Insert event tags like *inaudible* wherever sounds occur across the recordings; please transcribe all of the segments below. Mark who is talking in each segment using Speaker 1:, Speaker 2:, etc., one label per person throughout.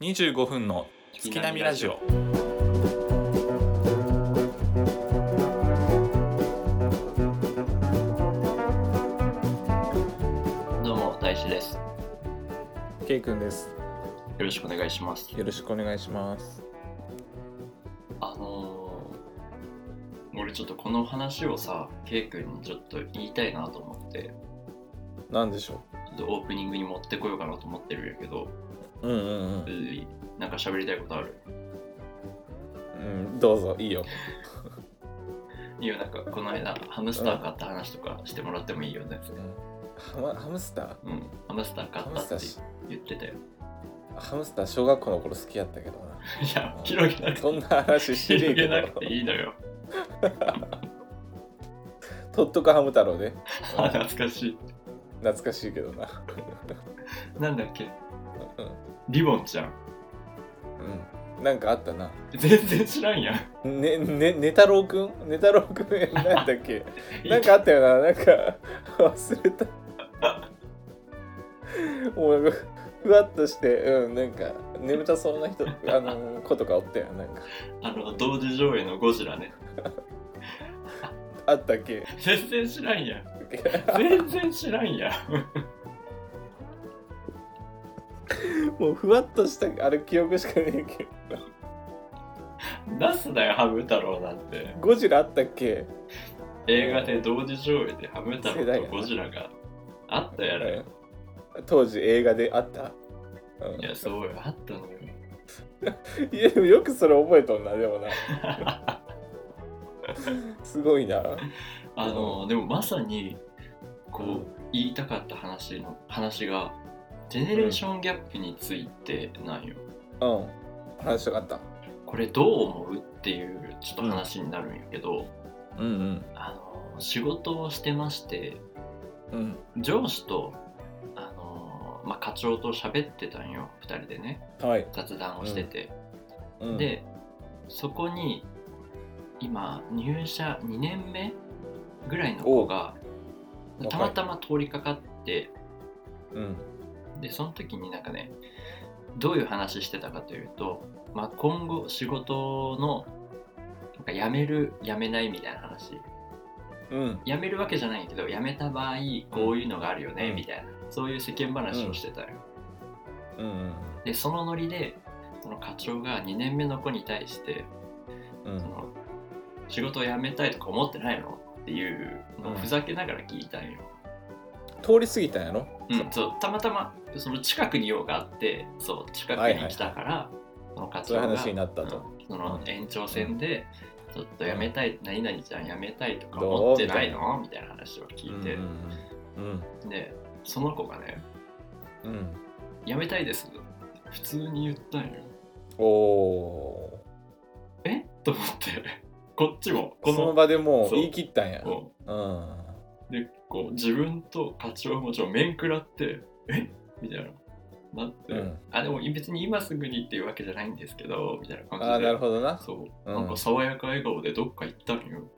Speaker 1: 25分の月並みラジオ。
Speaker 2: どうも大志ですよ
Speaker 1: K 君です。
Speaker 2: ろしくお願いします
Speaker 1: よろしくお願いします。
Speaker 2: あのー、俺ちょっとこの話をさ K 君にちょっと言いたいなと思って
Speaker 1: なんでしょ
Speaker 2: ちょっとオープニングに持ってこようかなと思ってるんやけど
Speaker 1: う。うんうん
Speaker 2: ういなんか喋りたいことある
Speaker 1: うん。うん、どうぞいいよ。
Speaker 2: いやなんかこの間ハムスター買った話とかしてもらってもいいよね
Speaker 1: ハムハムスター
Speaker 2: うんハムスター買
Speaker 1: ハ
Speaker 2: っ
Speaker 1: ムスタ
Speaker 2: た
Speaker 1: ー
Speaker 2: って
Speaker 1: し
Speaker 2: 言ってたよ
Speaker 1: ハムスター小学校の頃好きやったけどな。 *laughs*
Speaker 2: いや広げなく
Speaker 1: そ
Speaker 2: て
Speaker 1: んな話してる
Speaker 2: 広
Speaker 1: け
Speaker 2: げ
Speaker 1: ど
Speaker 2: なくていいのよ
Speaker 1: とっとくハム太郎ね。
Speaker 2: あ懐かしい
Speaker 1: 懐かしいけどな。 *laughs*
Speaker 2: なんだっけ
Speaker 1: うん
Speaker 2: リボンちゃん
Speaker 1: うん。なんかあったな。
Speaker 2: 全然知らんやん
Speaker 1: ね、ね、ねたろうくんねたろうくんなんだっけ *laughs* なんかあったよな。なんか忘れた。 *laughs* もうなんかふわっとして、うん、なんか眠たそうな人、あの子とかおったよ。なんか
Speaker 2: あの同時上映のゴジラね
Speaker 1: あったっけ *laughs*
Speaker 2: 全然知らんやん全然知らんやん
Speaker 1: もうふわっとしたあれ記憶しかねえけど。
Speaker 2: 出すなよハム太郎なんて
Speaker 1: ゴジラあったっけ
Speaker 2: 映画で同時上映でハム太
Speaker 1: 世代やな
Speaker 2: 郎とゴジラがあったやろよ
Speaker 1: うん当時映画であった。うん
Speaker 2: いやそうよあったのよ
Speaker 1: いやでもよくそれ覚えとんなでもな *laughs* すごいな
Speaker 2: あのでもまさにこう言いたかった話の話がジェネレーションギャップについてなんよ
Speaker 1: うん話したかった
Speaker 2: これどう思うっていうちょっと話になるんやけど、
Speaker 1: うん
Speaker 2: あの仕事をしてまして
Speaker 1: うんうん
Speaker 2: 上司とあの、まあ、課長と喋ってたんよ2人でね
Speaker 1: はい、
Speaker 2: 雑談をしてて、
Speaker 1: うん、
Speaker 2: でそこに今入社2年目ぐらいの子が
Speaker 1: お
Speaker 2: たまたま通りかかって
Speaker 1: うん
Speaker 2: でその時になんかねどういう話してたかというと、まあ、今後仕事のなんか辞める辞めないみたいな話
Speaker 1: うん
Speaker 2: 辞めるわけじゃないけど辞めた場合こういうのがあるよね、
Speaker 1: うん
Speaker 2: みたいなそういう世間話をしてたよ、
Speaker 1: うん
Speaker 2: でそのノリでその課長が2年目の子に対して
Speaker 1: う
Speaker 2: そ
Speaker 1: ん
Speaker 2: の仕事を辞めたいとか思ってないのっていうの
Speaker 1: う
Speaker 2: を
Speaker 1: ん
Speaker 2: ふざけながら聞いたんよ、
Speaker 1: 通り過ぎたんやろ
Speaker 2: うんそうたまたまその近くに用があってそう近く
Speaker 1: はいは
Speaker 2: に
Speaker 1: い
Speaker 2: 来たから、その課
Speaker 1: そうい
Speaker 2: 長
Speaker 1: う
Speaker 2: が
Speaker 1: 話になったと、
Speaker 2: うんその延長線で、ちょっと辞めたい何々ちゃん辞めたいとか
Speaker 1: どう
Speaker 2: 思ってないのみたいな話を聞いて、
Speaker 1: うん
Speaker 2: でその子がね
Speaker 1: うん、うん、
Speaker 2: 辞めたいです普通に言ったんよ
Speaker 1: おお
Speaker 2: えと思ってこっちも
Speaker 1: ー
Speaker 2: こ
Speaker 1: その
Speaker 2: の
Speaker 1: 場でもう
Speaker 2: そう
Speaker 1: 言い切ったんや
Speaker 2: うん
Speaker 1: うん
Speaker 2: でこう自分と課長もちょっと面食らって「えみたいななって、
Speaker 1: うん
Speaker 2: あでも別に今すぐにっていうわけじゃないんですけどみたいな感じで
Speaker 1: ああなるほどな
Speaker 2: そう、
Speaker 1: うん
Speaker 2: なんか爽やか笑顔でどっか行ったのよ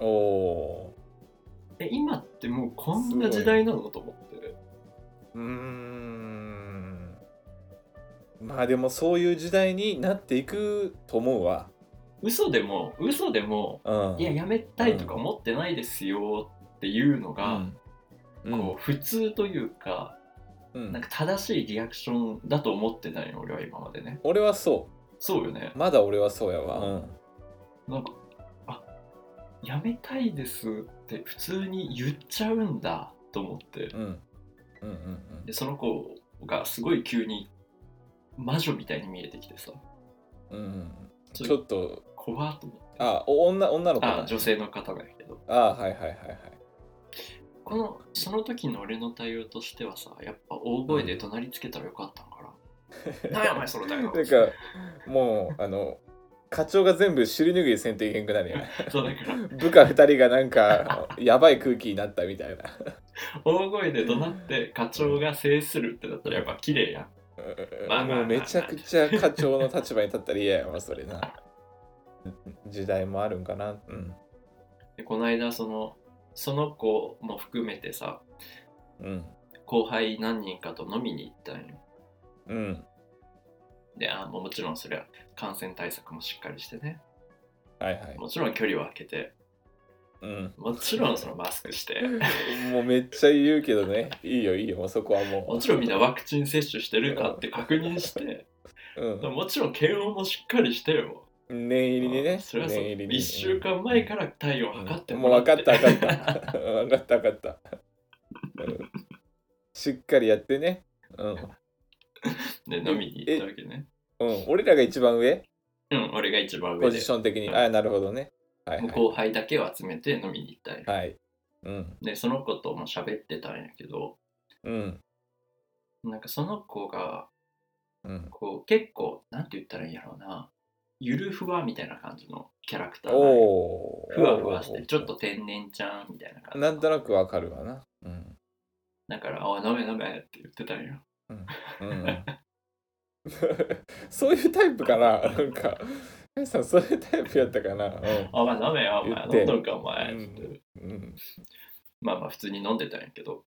Speaker 1: おお
Speaker 2: え今ってもうこんな時代なのと思って
Speaker 1: ーうーんまあでもそういう時代になっていくと思うわ
Speaker 2: 嘘でも嘘でも
Speaker 1: うん
Speaker 2: いややめたいとか思ってないですよっていうのが、
Speaker 1: うん
Speaker 2: こう普通というか
Speaker 1: うん
Speaker 2: なんか正しいリアクションだと思ってないの俺は今までね
Speaker 1: 俺はそ
Speaker 2: そうよね
Speaker 1: うまだ俺はそうやわ、うん
Speaker 2: なんか、あやめたいですって普通に言っちゃうんだと思って
Speaker 1: う、ん、うんうん
Speaker 2: でその子がすごい急に魔女みたいに見えてきてさ、
Speaker 1: うんうん
Speaker 2: ち
Speaker 1: ちょ
Speaker 2: ょっと
Speaker 1: っと
Speaker 2: 怖っと思って、
Speaker 1: あお女女の子
Speaker 2: あ
Speaker 1: だ
Speaker 2: 女性の方だけど、
Speaker 1: あはいはいはいはい
Speaker 2: このその時の俺の対応としてはさ、やっぱ大声で怒鳴りつけたらよかったんかな。なんやお前その対応
Speaker 1: *laughs* なんかもうあの課長が全部尻拭いせんといけんくなるや
Speaker 2: *laughs*
Speaker 1: ん
Speaker 2: そうだから
Speaker 1: 部下二人がなんかやばい空気になったみたいな
Speaker 2: 大声で怒鳴って課長が制するってだったらやっぱ綺麗やん。
Speaker 1: うん
Speaker 2: まあまあ
Speaker 1: もうめちゃくちゃ課長の立場に立ったら嫌やわそれな時代もあるんかなうん
Speaker 2: でこの間そのその子も含めてさ、
Speaker 1: うん
Speaker 2: 後輩何人かと飲みに行ったんよ
Speaker 1: うん
Speaker 2: であもうもちろんそれは感染対策もしっかりしてね
Speaker 1: はいはい。
Speaker 2: もちろん距離を空けて
Speaker 1: うん。
Speaker 2: もちろんそのマスクして
Speaker 1: もうめっちゃ言うけどね。いいよいいよ、もうそこはも
Speaker 2: もちろんみんなワクチン接種してるかって確認して
Speaker 1: う。う
Speaker 2: もちろん検温もしっかりしてよ
Speaker 1: ん。念入りにね。
Speaker 2: それはそう
Speaker 1: 念入りに。
Speaker 2: 1週間前から体温測って
Speaker 1: もう
Speaker 2: ら
Speaker 1: 分かった分か
Speaker 2: て
Speaker 1: った分かった分かった、うんしっかりやってねうん、
Speaker 2: で飲みに行ったわけね
Speaker 1: うん、俺らが一番上
Speaker 2: うん俺が一番上
Speaker 1: ポジ
Speaker 2: で
Speaker 1: ション的にああなるほどねはい
Speaker 2: もう
Speaker 1: は
Speaker 2: 後輩だけを集めて飲みに行ったり
Speaker 1: い、はい、うん
Speaker 2: でその子とも喋ってたんやけど
Speaker 1: うん
Speaker 2: なんかその子が
Speaker 1: うん
Speaker 2: こう結構なんて言ったらいいんやろうなゆるふわみたいな感じのキャラクター
Speaker 1: お
Speaker 2: なんや
Speaker 1: お
Speaker 2: ふわふわしてちょっと天然ちゃんみたいな感じ
Speaker 1: なんとなくわかるわなうん
Speaker 2: だから「おい飲め飲め」って言ってたんよ
Speaker 1: うん *laughs* そういうタイプかななんか皆さんそういうタイプやったかな
Speaker 2: あお前飲めよ、お前
Speaker 1: 言って
Speaker 2: 飲んどるか、お前。
Speaker 1: うん
Speaker 2: つって
Speaker 1: うんうん
Speaker 2: まあまあ、普通に飲んでたんやけど、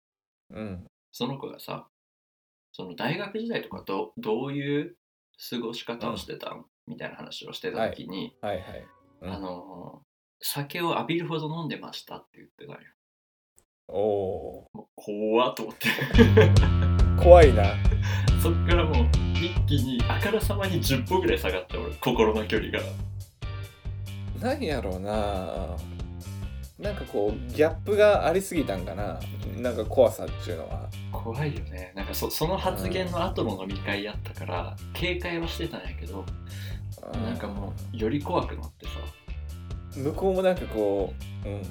Speaker 1: うん
Speaker 2: その子がさ、その大学時代とかどどういう過ごし方をしてたん、みたいな話をしてた時に、
Speaker 1: はいはいうん
Speaker 2: あのー酒を浴びるほど飲んでましたって言ってたんよ。
Speaker 1: おお
Speaker 2: もう怖っと思って、
Speaker 1: ー怖いな
Speaker 2: そっからもう一気にあからさまに10歩ぐらい下がって、俺、心の距離が。
Speaker 1: なんやろうななんかこうギャップがありすぎたんかななんか怖さっていうのは
Speaker 2: 怖いよねなんかそその発言の後の飲み会やったから警戒はしてたんやけど
Speaker 1: うん
Speaker 2: なんかもうより怖くなってさ
Speaker 1: 向こうもなんかこううん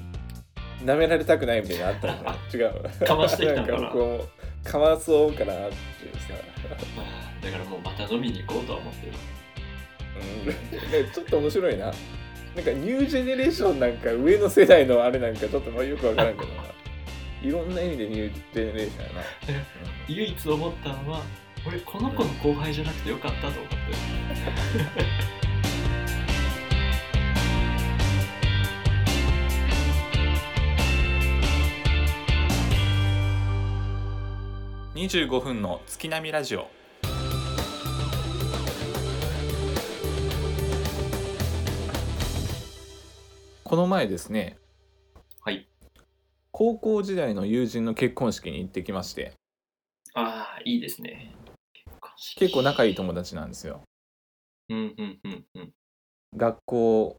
Speaker 1: 舐められたくないみたいなのあったのね違
Speaker 2: *laughs*
Speaker 1: う
Speaker 2: かましてきたのかな
Speaker 1: なんかこうかまそうかなっていうさ、
Speaker 2: まあだからもうまた飲みに行こうとは思ってる
Speaker 1: うん、 *laughs* ねちょっと面白いななんかニュージェネレーションなんか上の世代のあれなんかちょっとまあよくわからんけ
Speaker 2: *laughs*
Speaker 1: どないろんな意味でニュージェネレーションやな、
Speaker 2: *laughs* 唯一思ったのは俺この子の後輩じゃなくてよかったと思って
Speaker 1: 25分の月並みラジオこの前ですね
Speaker 2: はい
Speaker 1: 高校時代の友人の結婚式に行ってきまして
Speaker 2: ああいいですね結婚式
Speaker 1: 結構仲いい友達なんですよ
Speaker 2: うんうんうんうん
Speaker 1: 学校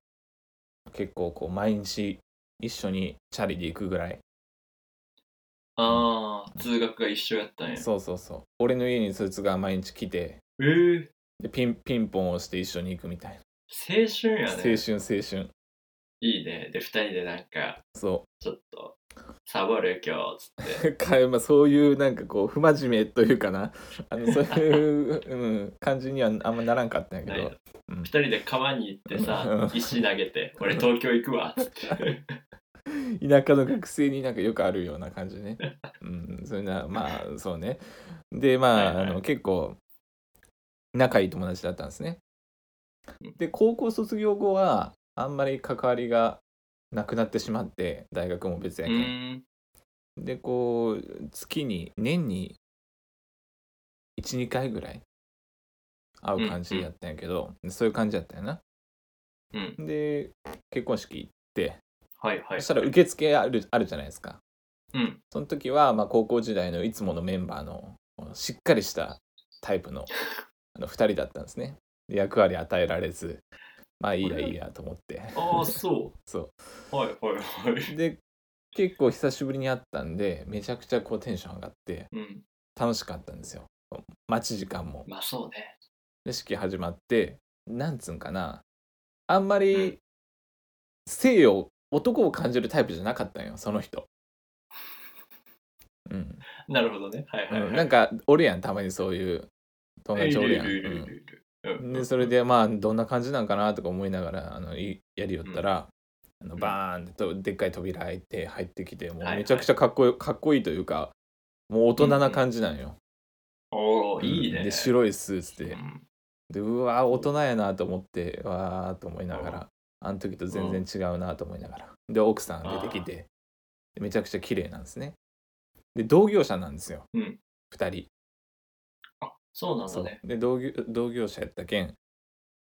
Speaker 1: 結構こう毎日一緒にチャリで行くぐらい
Speaker 2: ああ通学が一緒やったんや
Speaker 1: そうそうそう俺の家にそいつが毎日来て
Speaker 2: えー、
Speaker 1: でピンピンポンをして一緒に行くみたい
Speaker 2: 青春
Speaker 1: な
Speaker 2: や
Speaker 1: 青
Speaker 2: ね
Speaker 1: 春青春
Speaker 2: いいねで二人でなんか
Speaker 1: そう
Speaker 2: ちょっとサボる今日つって
Speaker 1: かまあ、そういうなんかこう不真面目というかなあのそういう、うん、感じにはあんまならんかったんやけ
Speaker 2: ない
Speaker 1: ど
Speaker 2: の二人で川に行ってさ
Speaker 1: うん
Speaker 2: 石投げて俺東京行くわっつって
Speaker 1: 田舎の学生になんかよくあるような感じね、うん、それなまあそうねでまあ,、
Speaker 2: はいはい
Speaker 1: あの結構仲いい友達だったんですね
Speaker 2: うん
Speaker 1: で高校卒業後はあんまり関わりがなくなってしまって大学も別
Speaker 2: う
Speaker 1: やけん
Speaker 2: ーん
Speaker 1: でこう月に年に12回ぐらい会う感じやったんやけど、そういう感じやったんやな
Speaker 2: うん
Speaker 1: で結婚式行って
Speaker 2: はいはい
Speaker 1: そしたら受付あるあるじゃないですか
Speaker 2: うん
Speaker 1: その時はまあ高校時代のいつものメンバーのしっかりしたタイプのあの2人だったんですねで役割与えられずまあいいやいいやと思って
Speaker 2: ああそ
Speaker 1: そう
Speaker 2: はいはいはいう
Speaker 1: で結構久しぶりに会ったんでめちゃくちゃこうテンション上がって
Speaker 2: うん
Speaker 1: 楽しかったんですよ待ち時間も
Speaker 2: まあそうね
Speaker 1: で式始まってなんつうんかなあんま
Speaker 2: う
Speaker 1: り性を男を感じるタイプじゃなかったんよその人うん、
Speaker 2: なるほどね。はいはい、
Speaker 1: う
Speaker 2: はい
Speaker 1: ん、なんかおるやんたまにそういう友
Speaker 2: い
Speaker 1: 達お
Speaker 2: る
Speaker 1: る
Speaker 2: い
Speaker 1: やん
Speaker 2: るいるい
Speaker 1: うん
Speaker 2: るいるうん
Speaker 1: でそれでまあどんな感じなんかなとか思いながらあのいやりよったら、あの
Speaker 2: うん
Speaker 1: バーンってとでっかい扉開いて入ってきてもう
Speaker 2: はいはい
Speaker 1: めちゃくちゃかっこよかっこいいというかもう大人な感じなんよ。
Speaker 2: おお、いいね。
Speaker 1: で白いスーツ
Speaker 2: う
Speaker 1: で
Speaker 2: ん
Speaker 1: でうわー大人やなと思ってうわーと思いながらあの時と全然違うなと思いながらで奥さん出てきてでめちゃくちゃ綺麗なんですね。で同業者なんですよ
Speaker 2: うん
Speaker 1: 2人。
Speaker 2: そうなん
Speaker 1: そ
Speaker 2: だ
Speaker 1: う
Speaker 2: ね。
Speaker 1: で同業同業者やったけん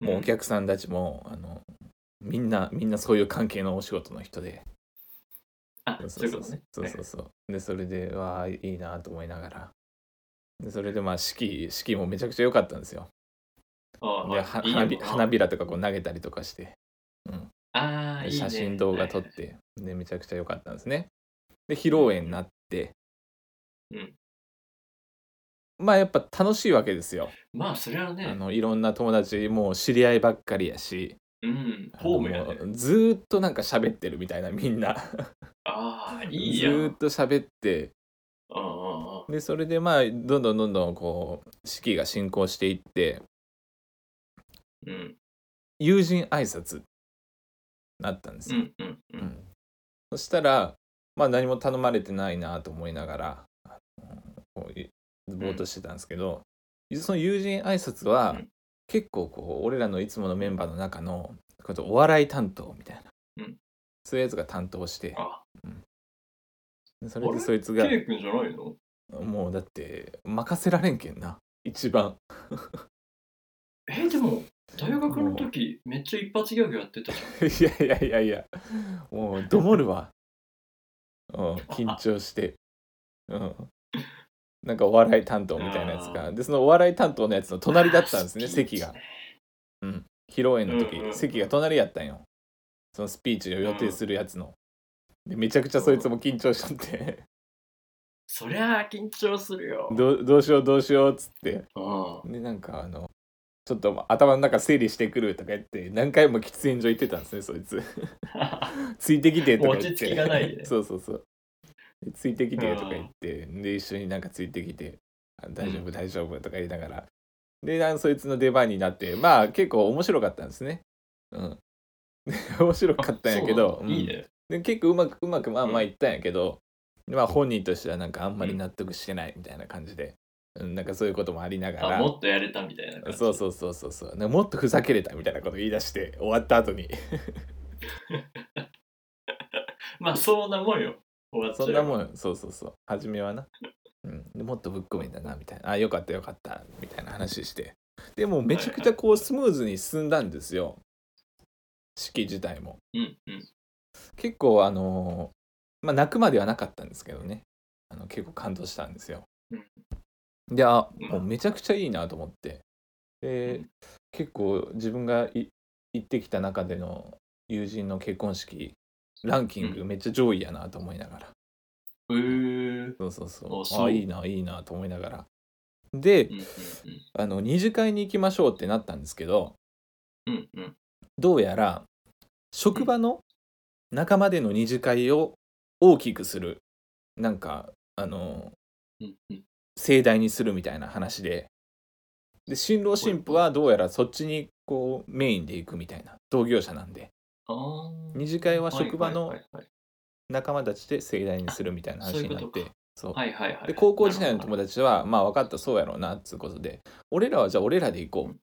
Speaker 1: もうお
Speaker 2: ん
Speaker 1: 客さんたちも、あのみんなみんなそういう関係のお仕事の人で
Speaker 2: あ、そういうことね。
Speaker 1: そうそうそうでそれでわあいいなと思いながらでそれでまあ式式もめちゃくちゃ良かったんですよ
Speaker 2: はい
Speaker 1: で
Speaker 2: あ
Speaker 1: は
Speaker 2: はいいい
Speaker 1: 花び
Speaker 2: よ
Speaker 1: 花びらとかこう投げたりとかして
Speaker 2: あー
Speaker 1: で
Speaker 2: いいね
Speaker 1: 写真動画撮っ
Speaker 2: はい
Speaker 1: てでめちゃくちゃ良かったんですねで披露宴になって
Speaker 2: うん
Speaker 1: まあやっぱ楽しいわけですよ
Speaker 2: まあ、それは
Speaker 1: あ
Speaker 2: ね、
Speaker 1: のいろんな友達もう知り合いばっかりやし
Speaker 2: うん、ホームやね。
Speaker 1: あのずーっとなんか喋ってるみたいなみんな
Speaker 2: ああ、いい
Speaker 1: *laughs* ず
Speaker 2: やん。うんうん
Speaker 1: ーっと喋って
Speaker 2: うん
Speaker 1: でそれでまあどんどんどんどんこう式が進行していって
Speaker 2: うん
Speaker 1: 友人挨拶になったんです
Speaker 2: う
Speaker 1: よ、
Speaker 2: んうんう。
Speaker 1: うんんそしたらまあ何も頼まれてないなと思いながらあのこういぼーっとしてたんですけど、その友人挨拶は、
Speaker 2: うん
Speaker 1: 結構こう俺らのいつものメンバーの中のこうやってお笑い担当みたいな、
Speaker 2: うん
Speaker 1: そういうやつが担当して
Speaker 2: あ、
Speaker 1: でそ
Speaker 2: あ
Speaker 1: れで
Speaker 2: れ
Speaker 1: そいつが
Speaker 2: K 君じゃないの
Speaker 1: もうだって任せられんけんな一番
Speaker 2: え、でも、大学の時、めっちゃ一発ギャグやってたじゃん。
Speaker 1: いやいやいやいやもうどもるわ、うん、緊張して、うん、なんかお笑い担当みたいなやつがでそのお笑い担当のやつの隣だったんですね
Speaker 2: あースピー
Speaker 1: 席
Speaker 2: チ
Speaker 1: が披露宴の時、
Speaker 2: うんうん
Speaker 1: 席が隣やったんよそのスピーチを予定するやつのでめちゃくちゃそいつも緊張しちゃって。
Speaker 2: そりゃあ、緊張するよ
Speaker 1: どどうしようどうしようっつって
Speaker 2: うん
Speaker 1: でなんかあのちょっと頭の中整理してくるとか言って何回も喫煙所行ってたんですねそい
Speaker 2: *laughs*
Speaker 1: つついてきてとか言って
Speaker 2: 落ち着きがないね
Speaker 1: そうそうそうでついてきてとか言ってで一緒になんかついてきてあ大丈
Speaker 2: う
Speaker 1: 夫大丈夫とか言いながらであのそいつの出番になってまあ結構面白かったんですねうん *laughs* で面白かったんやけど
Speaker 2: そうなんだいいね。
Speaker 1: うんで結構うまくうまくまあまあいったんやけど、まあ本人としてはなんかあんまり納得してないみたいな感じで、うん、なんかそういうこともありなが
Speaker 2: あ、
Speaker 1: ら
Speaker 2: もっとやれたみたいな感じ。
Speaker 1: そうそうそうそうそうねもっとふざけれたみたいなこと言い出して終わった後に
Speaker 2: まあ、そんなもんよ。終わっちゃ
Speaker 1: そ
Speaker 2: うん
Speaker 1: なもんそうそうそう初めはな、うん、でもっとぶっ込めんだなみたいなあよかったよかったみたいな話してでもめちゃくちゃこうスムーズに進んだんですよ式自体も
Speaker 2: うんうん。
Speaker 1: 結構あのーまあ泣くまではなかったんですけどねあの結構感動したんですよ
Speaker 2: うん
Speaker 1: であ
Speaker 2: うん
Speaker 1: もうめちゃくちゃいいなと思ってで
Speaker 2: う
Speaker 1: 結構自分がい行ってきた中での友人の結婚式ランキングめっちゃ上位やなと思いながら、
Speaker 2: うーん。
Speaker 1: そうそう
Speaker 2: あ
Speaker 1: そう
Speaker 2: そう
Speaker 1: あいいないいなと思いながらで、
Speaker 2: うん
Speaker 1: あの二次会に行きましょうってなったんですけど
Speaker 2: うんうんうんうん
Speaker 1: どうやら職場の仲間での二次会を大きくするなんかあの
Speaker 2: うんうん
Speaker 1: 盛大にするみたいな話でで新郎新婦はどうやらそっちにこうメインで行くみたいな同業者なんで
Speaker 2: あー
Speaker 1: 二次会は職場の
Speaker 2: はいはい
Speaker 1: 仲間たちで盛大にするみたいな話になっ
Speaker 2: あそういう
Speaker 1: てそう
Speaker 2: はいはいはいはい。
Speaker 1: で高校時代の友
Speaker 2: 達。
Speaker 1: 達はまあ分かったそうやろうなっつうことで俺らはじゃあ俺らで行こう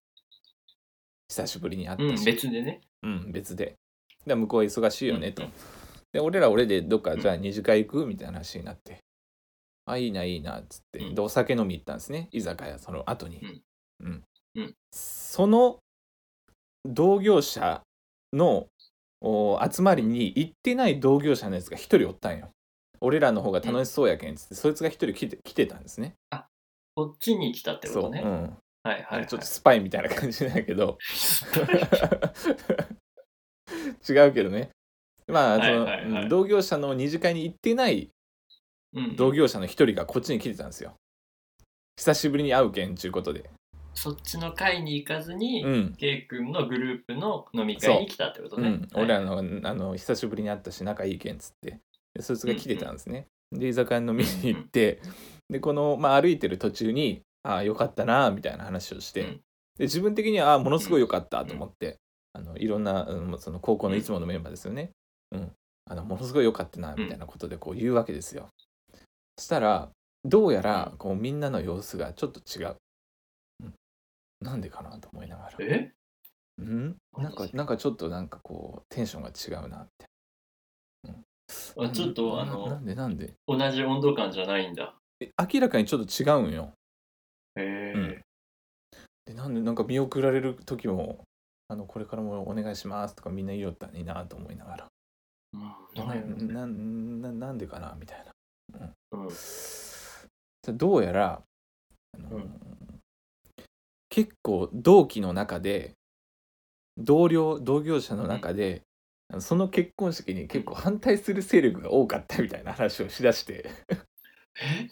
Speaker 1: 久しぶりに会
Speaker 2: う
Speaker 1: った
Speaker 2: ん、
Speaker 1: し、
Speaker 2: 別でね。
Speaker 1: うん別でで向こうは忙しいよねと、
Speaker 2: うん
Speaker 1: で俺ら俺でどっか
Speaker 2: うん
Speaker 1: じゃあ二次会行くみたいな話になって、あいいないいなっつって
Speaker 2: うん
Speaker 1: でお酒飲み行ったんですね居酒屋その後にうん、
Speaker 2: うんうん
Speaker 1: その同業者のお集まりに行ってない同業者のやつが一人おったんよ俺らの方が楽しそうやけんっつって、そいつが一人来て来てたんですね
Speaker 2: こっちに来たってことね。
Speaker 1: そう、うん
Speaker 2: はいはい、はい。
Speaker 1: ちょっとスパイみたいな感じなんやけど違うけどねまあその、
Speaker 2: はいはいはい
Speaker 1: うん同業者の二次会に行ってない
Speaker 2: う
Speaker 1: *laughs*
Speaker 2: ん
Speaker 1: 同業者の一人がこっちに来てたんですよ久しぶりに会うけんちゅうことで
Speaker 2: そっちの会に行かずに、
Speaker 1: うん
Speaker 2: K 君のグループの飲み会に来たってこと
Speaker 1: う
Speaker 2: ね。
Speaker 1: ん、
Speaker 2: はい
Speaker 1: 俺らのあの久しぶりに会ったし仲いいけんっつってでそいつが来てたんですね、で居酒屋飲みに行ってでこの、まあ、歩いてる途中にああよかったなみたいな話をして、
Speaker 2: うん
Speaker 1: で自分的にはああものすごいよかったと思って、あのいろんな、うん、その高校のいつものメンバーですよね、うん、あのものすごいよかったなみたいなことでこう言うわけですよ、そしたらどうやらこうみんなの様子がちょっと違う、うん、なんでかなと思いながら
Speaker 2: え
Speaker 1: うん、なん
Speaker 2: な
Speaker 1: か
Speaker 2: んか
Speaker 1: なんかちょっとなんかこうテンションが違うなって。
Speaker 2: あちょっと
Speaker 1: な
Speaker 2: あ
Speaker 1: な
Speaker 2: の
Speaker 1: んでなんで
Speaker 2: 同じ温度感じゃないんだ。
Speaker 1: え明らかにちょっと違うんよ。
Speaker 2: へえ、
Speaker 1: うんでなんでなんか見送られる時もあのこれからもお願いしますとかみんな言いよったのになと思いながら
Speaker 2: うん、
Speaker 1: な
Speaker 2: なんやろね
Speaker 1: なななんでかなみたいな
Speaker 2: うん
Speaker 1: じゃあどうやらあの、
Speaker 2: うん
Speaker 1: 結構同期の中で同僚同業者の中で、あのその結婚式に結構反対する勢力が多かったみたいな話をしだして
Speaker 2: え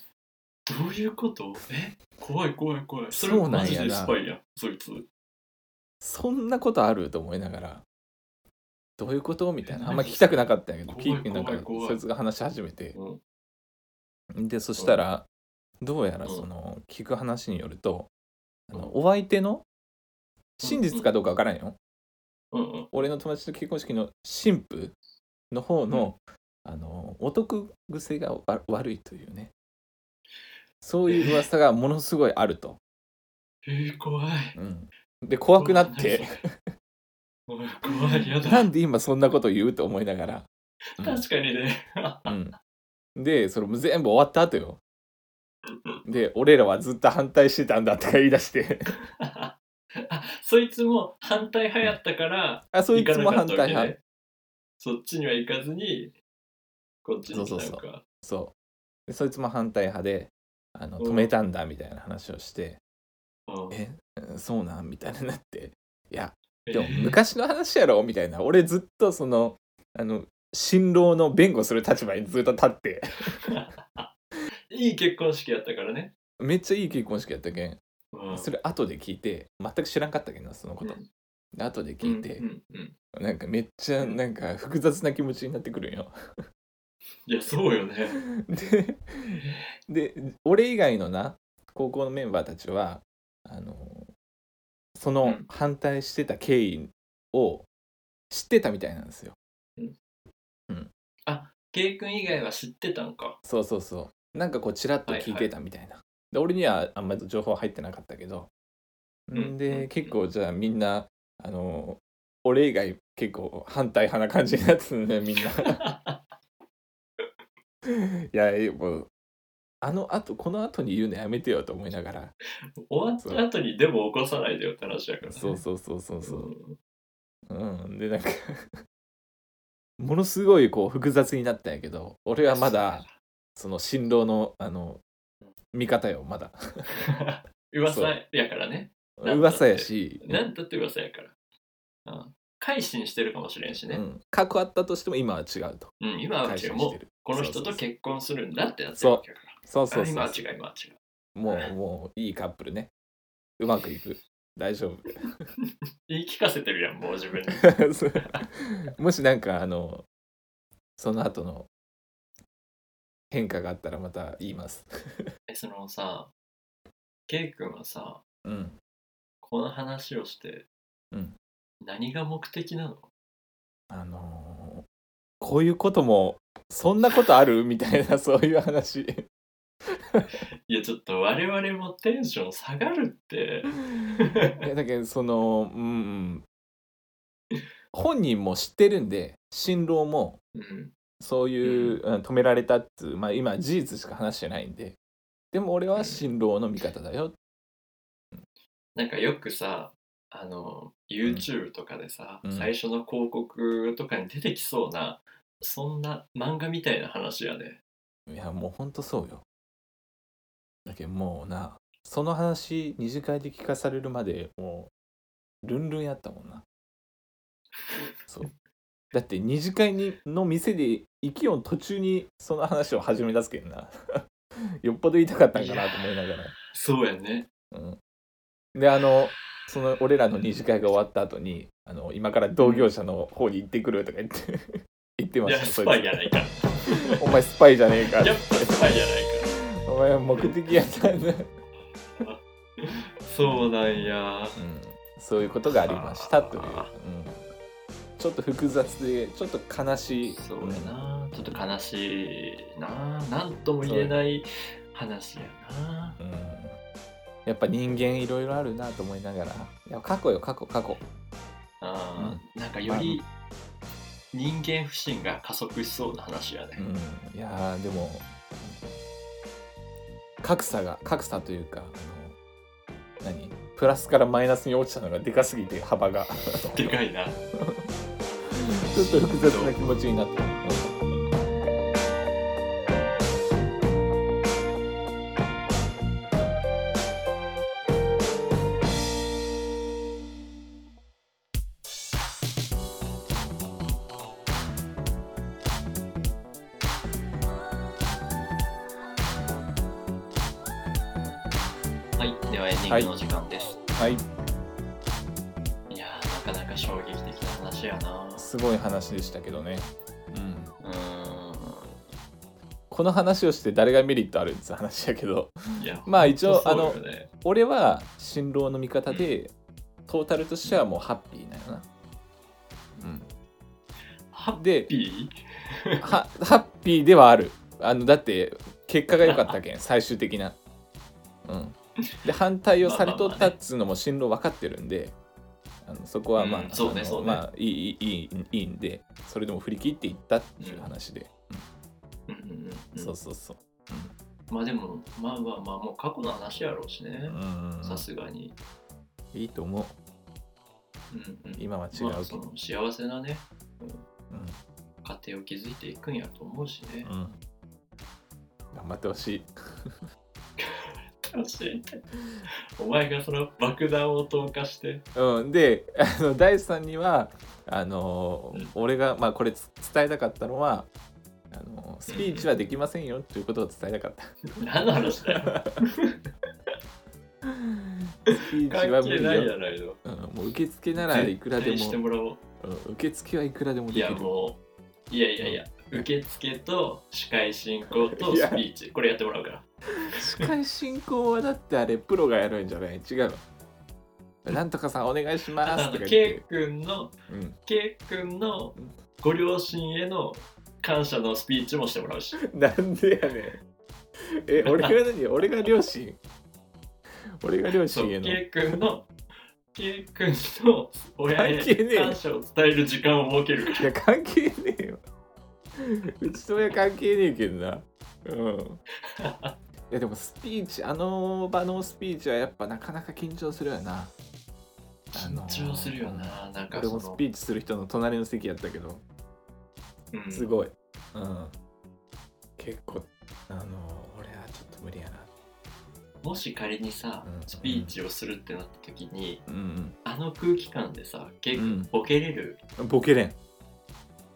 Speaker 2: どういうことえ怖い怖い怖い。それ
Speaker 1: そうなんやな
Speaker 2: マジでスパイやん、そいつ。
Speaker 1: そんなことあると思いながらどういうことみたい
Speaker 2: え
Speaker 1: な
Speaker 2: 何
Speaker 1: あんま聞きたくなかったんやけど
Speaker 2: 怖い
Speaker 1: 聞いてなんか
Speaker 2: 怖い怖い
Speaker 1: そいつが話し始めて
Speaker 2: うん
Speaker 1: でそしたらどうやらその聞く話によるとあのお相手の真実かどうかわからんよ
Speaker 2: うんうん。
Speaker 1: 俺の友達と結婚式の新婦の方の、あのお得癖がわ悪いというねそういう噂がものすごいあると、
Speaker 2: えー、怖い。
Speaker 1: うん、で怖くなって
Speaker 2: 怖い怖い、や
Speaker 1: *laughs*
Speaker 2: だ。
Speaker 1: なんで今そんなこと言うと思いながら、
Speaker 2: 確かにね。
Speaker 1: うん、でそれも全部終わった後よで俺らはずっと反対してたんだとか言い出して
Speaker 2: *laughs* あそいつも反対派やったから、
Speaker 1: あそいつも反対
Speaker 2: 行かなかったわけ
Speaker 1: 派
Speaker 2: ねそっちには行かずに、こっちに来
Speaker 1: そ
Speaker 2: たのか。
Speaker 1: うそうそうでそいつも反対派であの
Speaker 2: う
Speaker 1: 止
Speaker 2: ん
Speaker 1: めたんだみたいな話をして、
Speaker 2: うん
Speaker 1: えそうなんみたいになっていや
Speaker 2: え
Speaker 1: でも昔の話やろみたいな俺ずっとそのあの新郎の弁護する立場にずっと立って
Speaker 2: *laughs* いい結婚式やったからね。
Speaker 1: めっちゃいい結婚式やったけん
Speaker 2: うん
Speaker 1: それ後で聞いて全く知らんかったけどなそのこと
Speaker 2: うん
Speaker 1: で後で聞いて
Speaker 2: うんうんうん
Speaker 1: なんかめっちゃなんか複雑な気持ちになってくるんよ *laughs*
Speaker 2: いや、そうよね。
Speaker 1: でで俺以外のな高校のメンバーたちはあのそうの
Speaker 2: ん
Speaker 1: 反対してた経緯を知ってたみたいなんですよ
Speaker 2: ケイ君以外は知ってたんか。
Speaker 1: そうそうそうなんかこうちらっと聞いてたみたいな、で俺にはあんまり情報入ってなかったけど、
Speaker 2: うん
Speaker 1: ん
Speaker 2: うんう
Speaker 1: で
Speaker 2: ん
Speaker 1: 結構じゃあみんなあの俺以外結構反対派な感じになってたんだよみ
Speaker 2: *laughs*
Speaker 1: んないやもうあのあとこの後に言うのやめてよと思いながら
Speaker 2: 終わった後にでも起こさないでよって話だから、ね。
Speaker 1: そうそうそうそうそううんうんでなんか *laughs* ものすごいこう複雑になったんやけど俺はまだその新郎のあの見方よまだ
Speaker 2: 噂やからね。なんだって
Speaker 1: 噂やし、
Speaker 2: なんだって噂やから。うん改心してるかもしれんし
Speaker 1: う
Speaker 2: ね。
Speaker 1: ん、過去あったとしても今は違うと
Speaker 2: うん、今は
Speaker 1: 解
Speaker 2: 違う。
Speaker 1: 釈
Speaker 2: も
Speaker 1: し
Speaker 2: う
Speaker 1: てる
Speaker 2: この人
Speaker 1: そ
Speaker 2: と
Speaker 1: うそうそう
Speaker 2: 結婚するんだってなってるわけだから。
Speaker 1: そうそう
Speaker 2: あ
Speaker 1: そう
Speaker 2: 今は違う、今は違う。
Speaker 1: もうもういいカップルねうまくいく大丈夫
Speaker 2: 言い聞かせてるやん、もう自分に。 *laughs*
Speaker 1: そうもしなんかあのその後の変化があったらまた言います
Speaker 2: え、そのさ、ケイ君はさ、
Speaker 1: うん
Speaker 2: この話をして、
Speaker 1: うん
Speaker 2: 何が目的なの
Speaker 1: あのーこういうこともそんなことあるみたいなそういう
Speaker 2: *laughs*
Speaker 1: 話
Speaker 2: いや、ちょっと我々もテンション下がるって。
Speaker 1: いやだけどそのうんうん本人も知ってるんで新郎も
Speaker 2: うん。
Speaker 1: そういう、うん止められたっつう、まあ、今事実しか話してないんででも俺は新郎の味方だよ、
Speaker 2: なんかよくさ、あの、YouTube とかでさ、
Speaker 1: うん
Speaker 2: 最初の広告とかに出てきそうな、そんな漫画みたいな話やで。
Speaker 1: いやもうほんとそうよだけどもうなその話二次会で聞かされるまでもうルンルンやったもんなそうだって二次会にの店で息を途中にその話を始め出すけんな *laughs* よっぽど言いたかったんかなと思いながら
Speaker 2: そうやね。
Speaker 1: うん、であのその俺らの二次会が終わった後にあの今から同業者の方に行ってくるとか言って *laughs* 言ってまし
Speaker 2: いや、
Speaker 1: た
Speaker 2: スパイ
Speaker 1: そい
Speaker 2: やないか。
Speaker 1: つお前スパイじゃねえか
Speaker 2: やっぱスパイやないか。
Speaker 1: お前は目的やったんだ、うん、
Speaker 2: そうなんや。
Speaker 1: そういうことがありましたという、うん
Speaker 2: あ、
Speaker 1: ちょっと複雑でちょっと悲しい
Speaker 2: そうやな。ちょっと悲しいな。なんとも言えない話やな。
Speaker 1: うん、やっぱ人間いろいろあるなと思いながらいや過去よ過去過去
Speaker 2: あーなんかより人間不信が加速しそうな話やね。
Speaker 1: うん、いやーでも格差が格差というかあの何プラスからマイナスに落ちたのがでかすぎて幅が
Speaker 2: でかい
Speaker 1: *laughs*
Speaker 2: な。
Speaker 1: ちょっと複雑な気持ちになった。
Speaker 2: はい、ではエンディングの時間です。
Speaker 1: はい、
Speaker 2: い、やー、なかなか衝撃的な話やな。
Speaker 1: すごい話でしたけどね。うん、
Speaker 2: うー
Speaker 1: この話をして誰がメリットあるって話やけど、
Speaker 2: ん。いや、
Speaker 1: まあ一応
Speaker 2: 本当そうよね
Speaker 1: 俺は新郎の味方で、トータルとしてはもうハッピーなんよな。
Speaker 2: ハ
Speaker 1: うん、
Speaker 2: ッ
Speaker 1: で
Speaker 2: ピ
Speaker 1: はハッピーではあるあのだって結果が良かったけ
Speaker 2: *laughs*
Speaker 1: ん最終的なうんで反対をされとったっつうのも進路分かってるんであのそこはまあ、
Speaker 2: うんそうね
Speaker 1: あの
Speaker 2: そうね
Speaker 1: まあいいいいいいいいんでそれでも振り切っていったっていう話で、
Speaker 2: ーうんうんうん
Speaker 1: そうそうそう
Speaker 2: まあでも、まあまあまあ、もう過去の話やろうしね
Speaker 1: う。ん
Speaker 2: さすがに。
Speaker 1: いいと思う
Speaker 2: うんうん
Speaker 1: 今は違う
Speaker 2: まあ、
Speaker 1: け
Speaker 2: そ
Speaker 1: ど、
Speaker 2: の幸せなね、家庭を築いていくんやと思うしね
Speaker 1: う。んうん頑張ってほしい
Speaker 2: 楽しいお前がその爆弾を投下して。
Speaker 1: うん、であの第3にはあのー
Speaker 2: うん
Speaker 1: 俺が、まあ、これつ伝えたかったのはあのースピーチはできませんよということを伝えたかった。
Speaker 2: 何の話だよ。
Speaker 1: スピーチは
Speaker 2: 関
Speaker 1: 無
Speaker 2: 係
Speaker 1: 理
Speaker 2: ない
Speaker 1: よ。
Speaker 2: やないの。
Speaker 1: うん、もう受付ならいくらで
Speaker 2: 絶対して
Speaker 1: も、
Speaker 2: もらおう。
Speaker 1: うん、受付はいくらでもで
Speaker 2: い
Speaker 1: きる
Speaker 2: や。もう、いやいやいや、受付と司会進行と
Speaker 1: いや
Speaker 2: スピーチ、これやってもらうから。
Speaker 1: 司会進行はだってあれプロがやるんじゃない違う。なんとかさんお願いしま
Speaker 2: あ
Speaker 1: す
Speaker 2: と
Speaker 1: と
Speaker 2: あ
Speaker 1: か言
Speaker 2: の、
Speaker 1: っ
Speaker 2: K
Speaker 1: て。
Speaker 2: 君の、
Speaker 1: うん、
Speaker 2: K 君のご両親への感謝のスピーチもしてもらうし。
Speaker 1: なんでやねん。え、俺が何俺が両親俺が両 *laughs*
Speaker 2: そ
Speaker 1: 親へ
Speaker 2: う、
Speaker 1: の。
Speaker 2: K 君の、K 君の親へ
Speaker 1: 関係ねえ
Speaker 2: 感謝を伝える時間を設けるか
Speaker 1: いや関係ねえようちと親関係ねえけどな
Speaker 2: *laughs*
Speaker 1: うんいやでもスピーチあの場のスピーチはやっぱなかなか緊張するよな
Speaker 2: ら。
Speaker 1: あのー
Speaker 2: 緊張するよな、なんか
Speaker 1: 俺
Speaker 2: そ
Speaker 1: も
Speaker 2: の。
Speaker 1: スピーチする人の隣の席やったけど
Speaker 2: うん
Speaker 1: すごい、うん、結構あの俺はちょっと無理やな
Speaker 2: もし仮にさ
Speaker 1: うん、
Speaker 2: スピーチをするってなった時に、
Speaker 1: うん、
Speaker 2: あの空気感でさ、K
Speaker 1: う
Speaker 2: 君
Speaker 1: ん
Speaker 2: ボケれる、
Speaker 1: ボケれん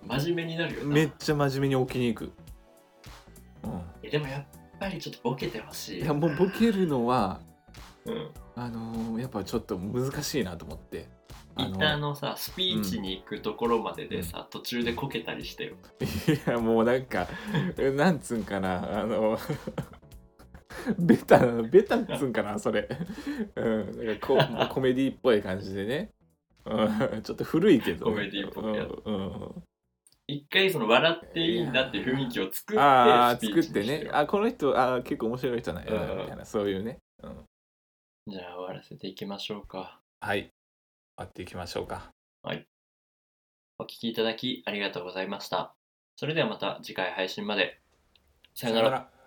Speaker 2: 真面目になるよな。
Speaker 1: めっちゃ真面目に置きに行く、
Speaker 2: えでもやっぱりちょっとボケてほし
Speaker 1: う
Speaker 2: い。
Speaker 1: ん、いやもうボケるのは
Speaker 2: うん。
Speaker 1: あのやっぱちょっと難しいなと思ってあ
Speaker 2: 一
Speaker 1: の
Speaker 2: 旦あのさ、スピーチに行くところまででさ、途中でこけたりしてよ。
Speaker 1: いやもうなんかなんつうんかなあのベタなベタっつうんかなそれうんなんかこうもうコメディっぽい感じでね、うん、ちょっと古いけど
Speaker 2: コメディっぽくや
Speaker 1: うんうん
Speaker 2: 一回その笑っていいんだっていう雰囲気を作って、
Speaker 1: ああ
Speaker 2: スピ
Speaker 1: 作
Speaker 2: ー
Speaker 1: っ
Speaker 2: チに
Speaker 1: て
Speaker 2: して
Speaker 1: ね
Speaker 2: よ。
Speaker 1: あこの人あ結構面白い人なんやな
Speaker 2: うん
Speaker 1: みたいなそういうね、うん、
Speaker 2: じゃあ終わらせていきましょうか。
Speaker 1: はい終わっていきましょうか
Speaker 2: お聞きいただきありがとうございました。それではまた次回配信まで。さよな
Speaker 1: さ
Speaker 2: ら
Speaker 1: よ。なら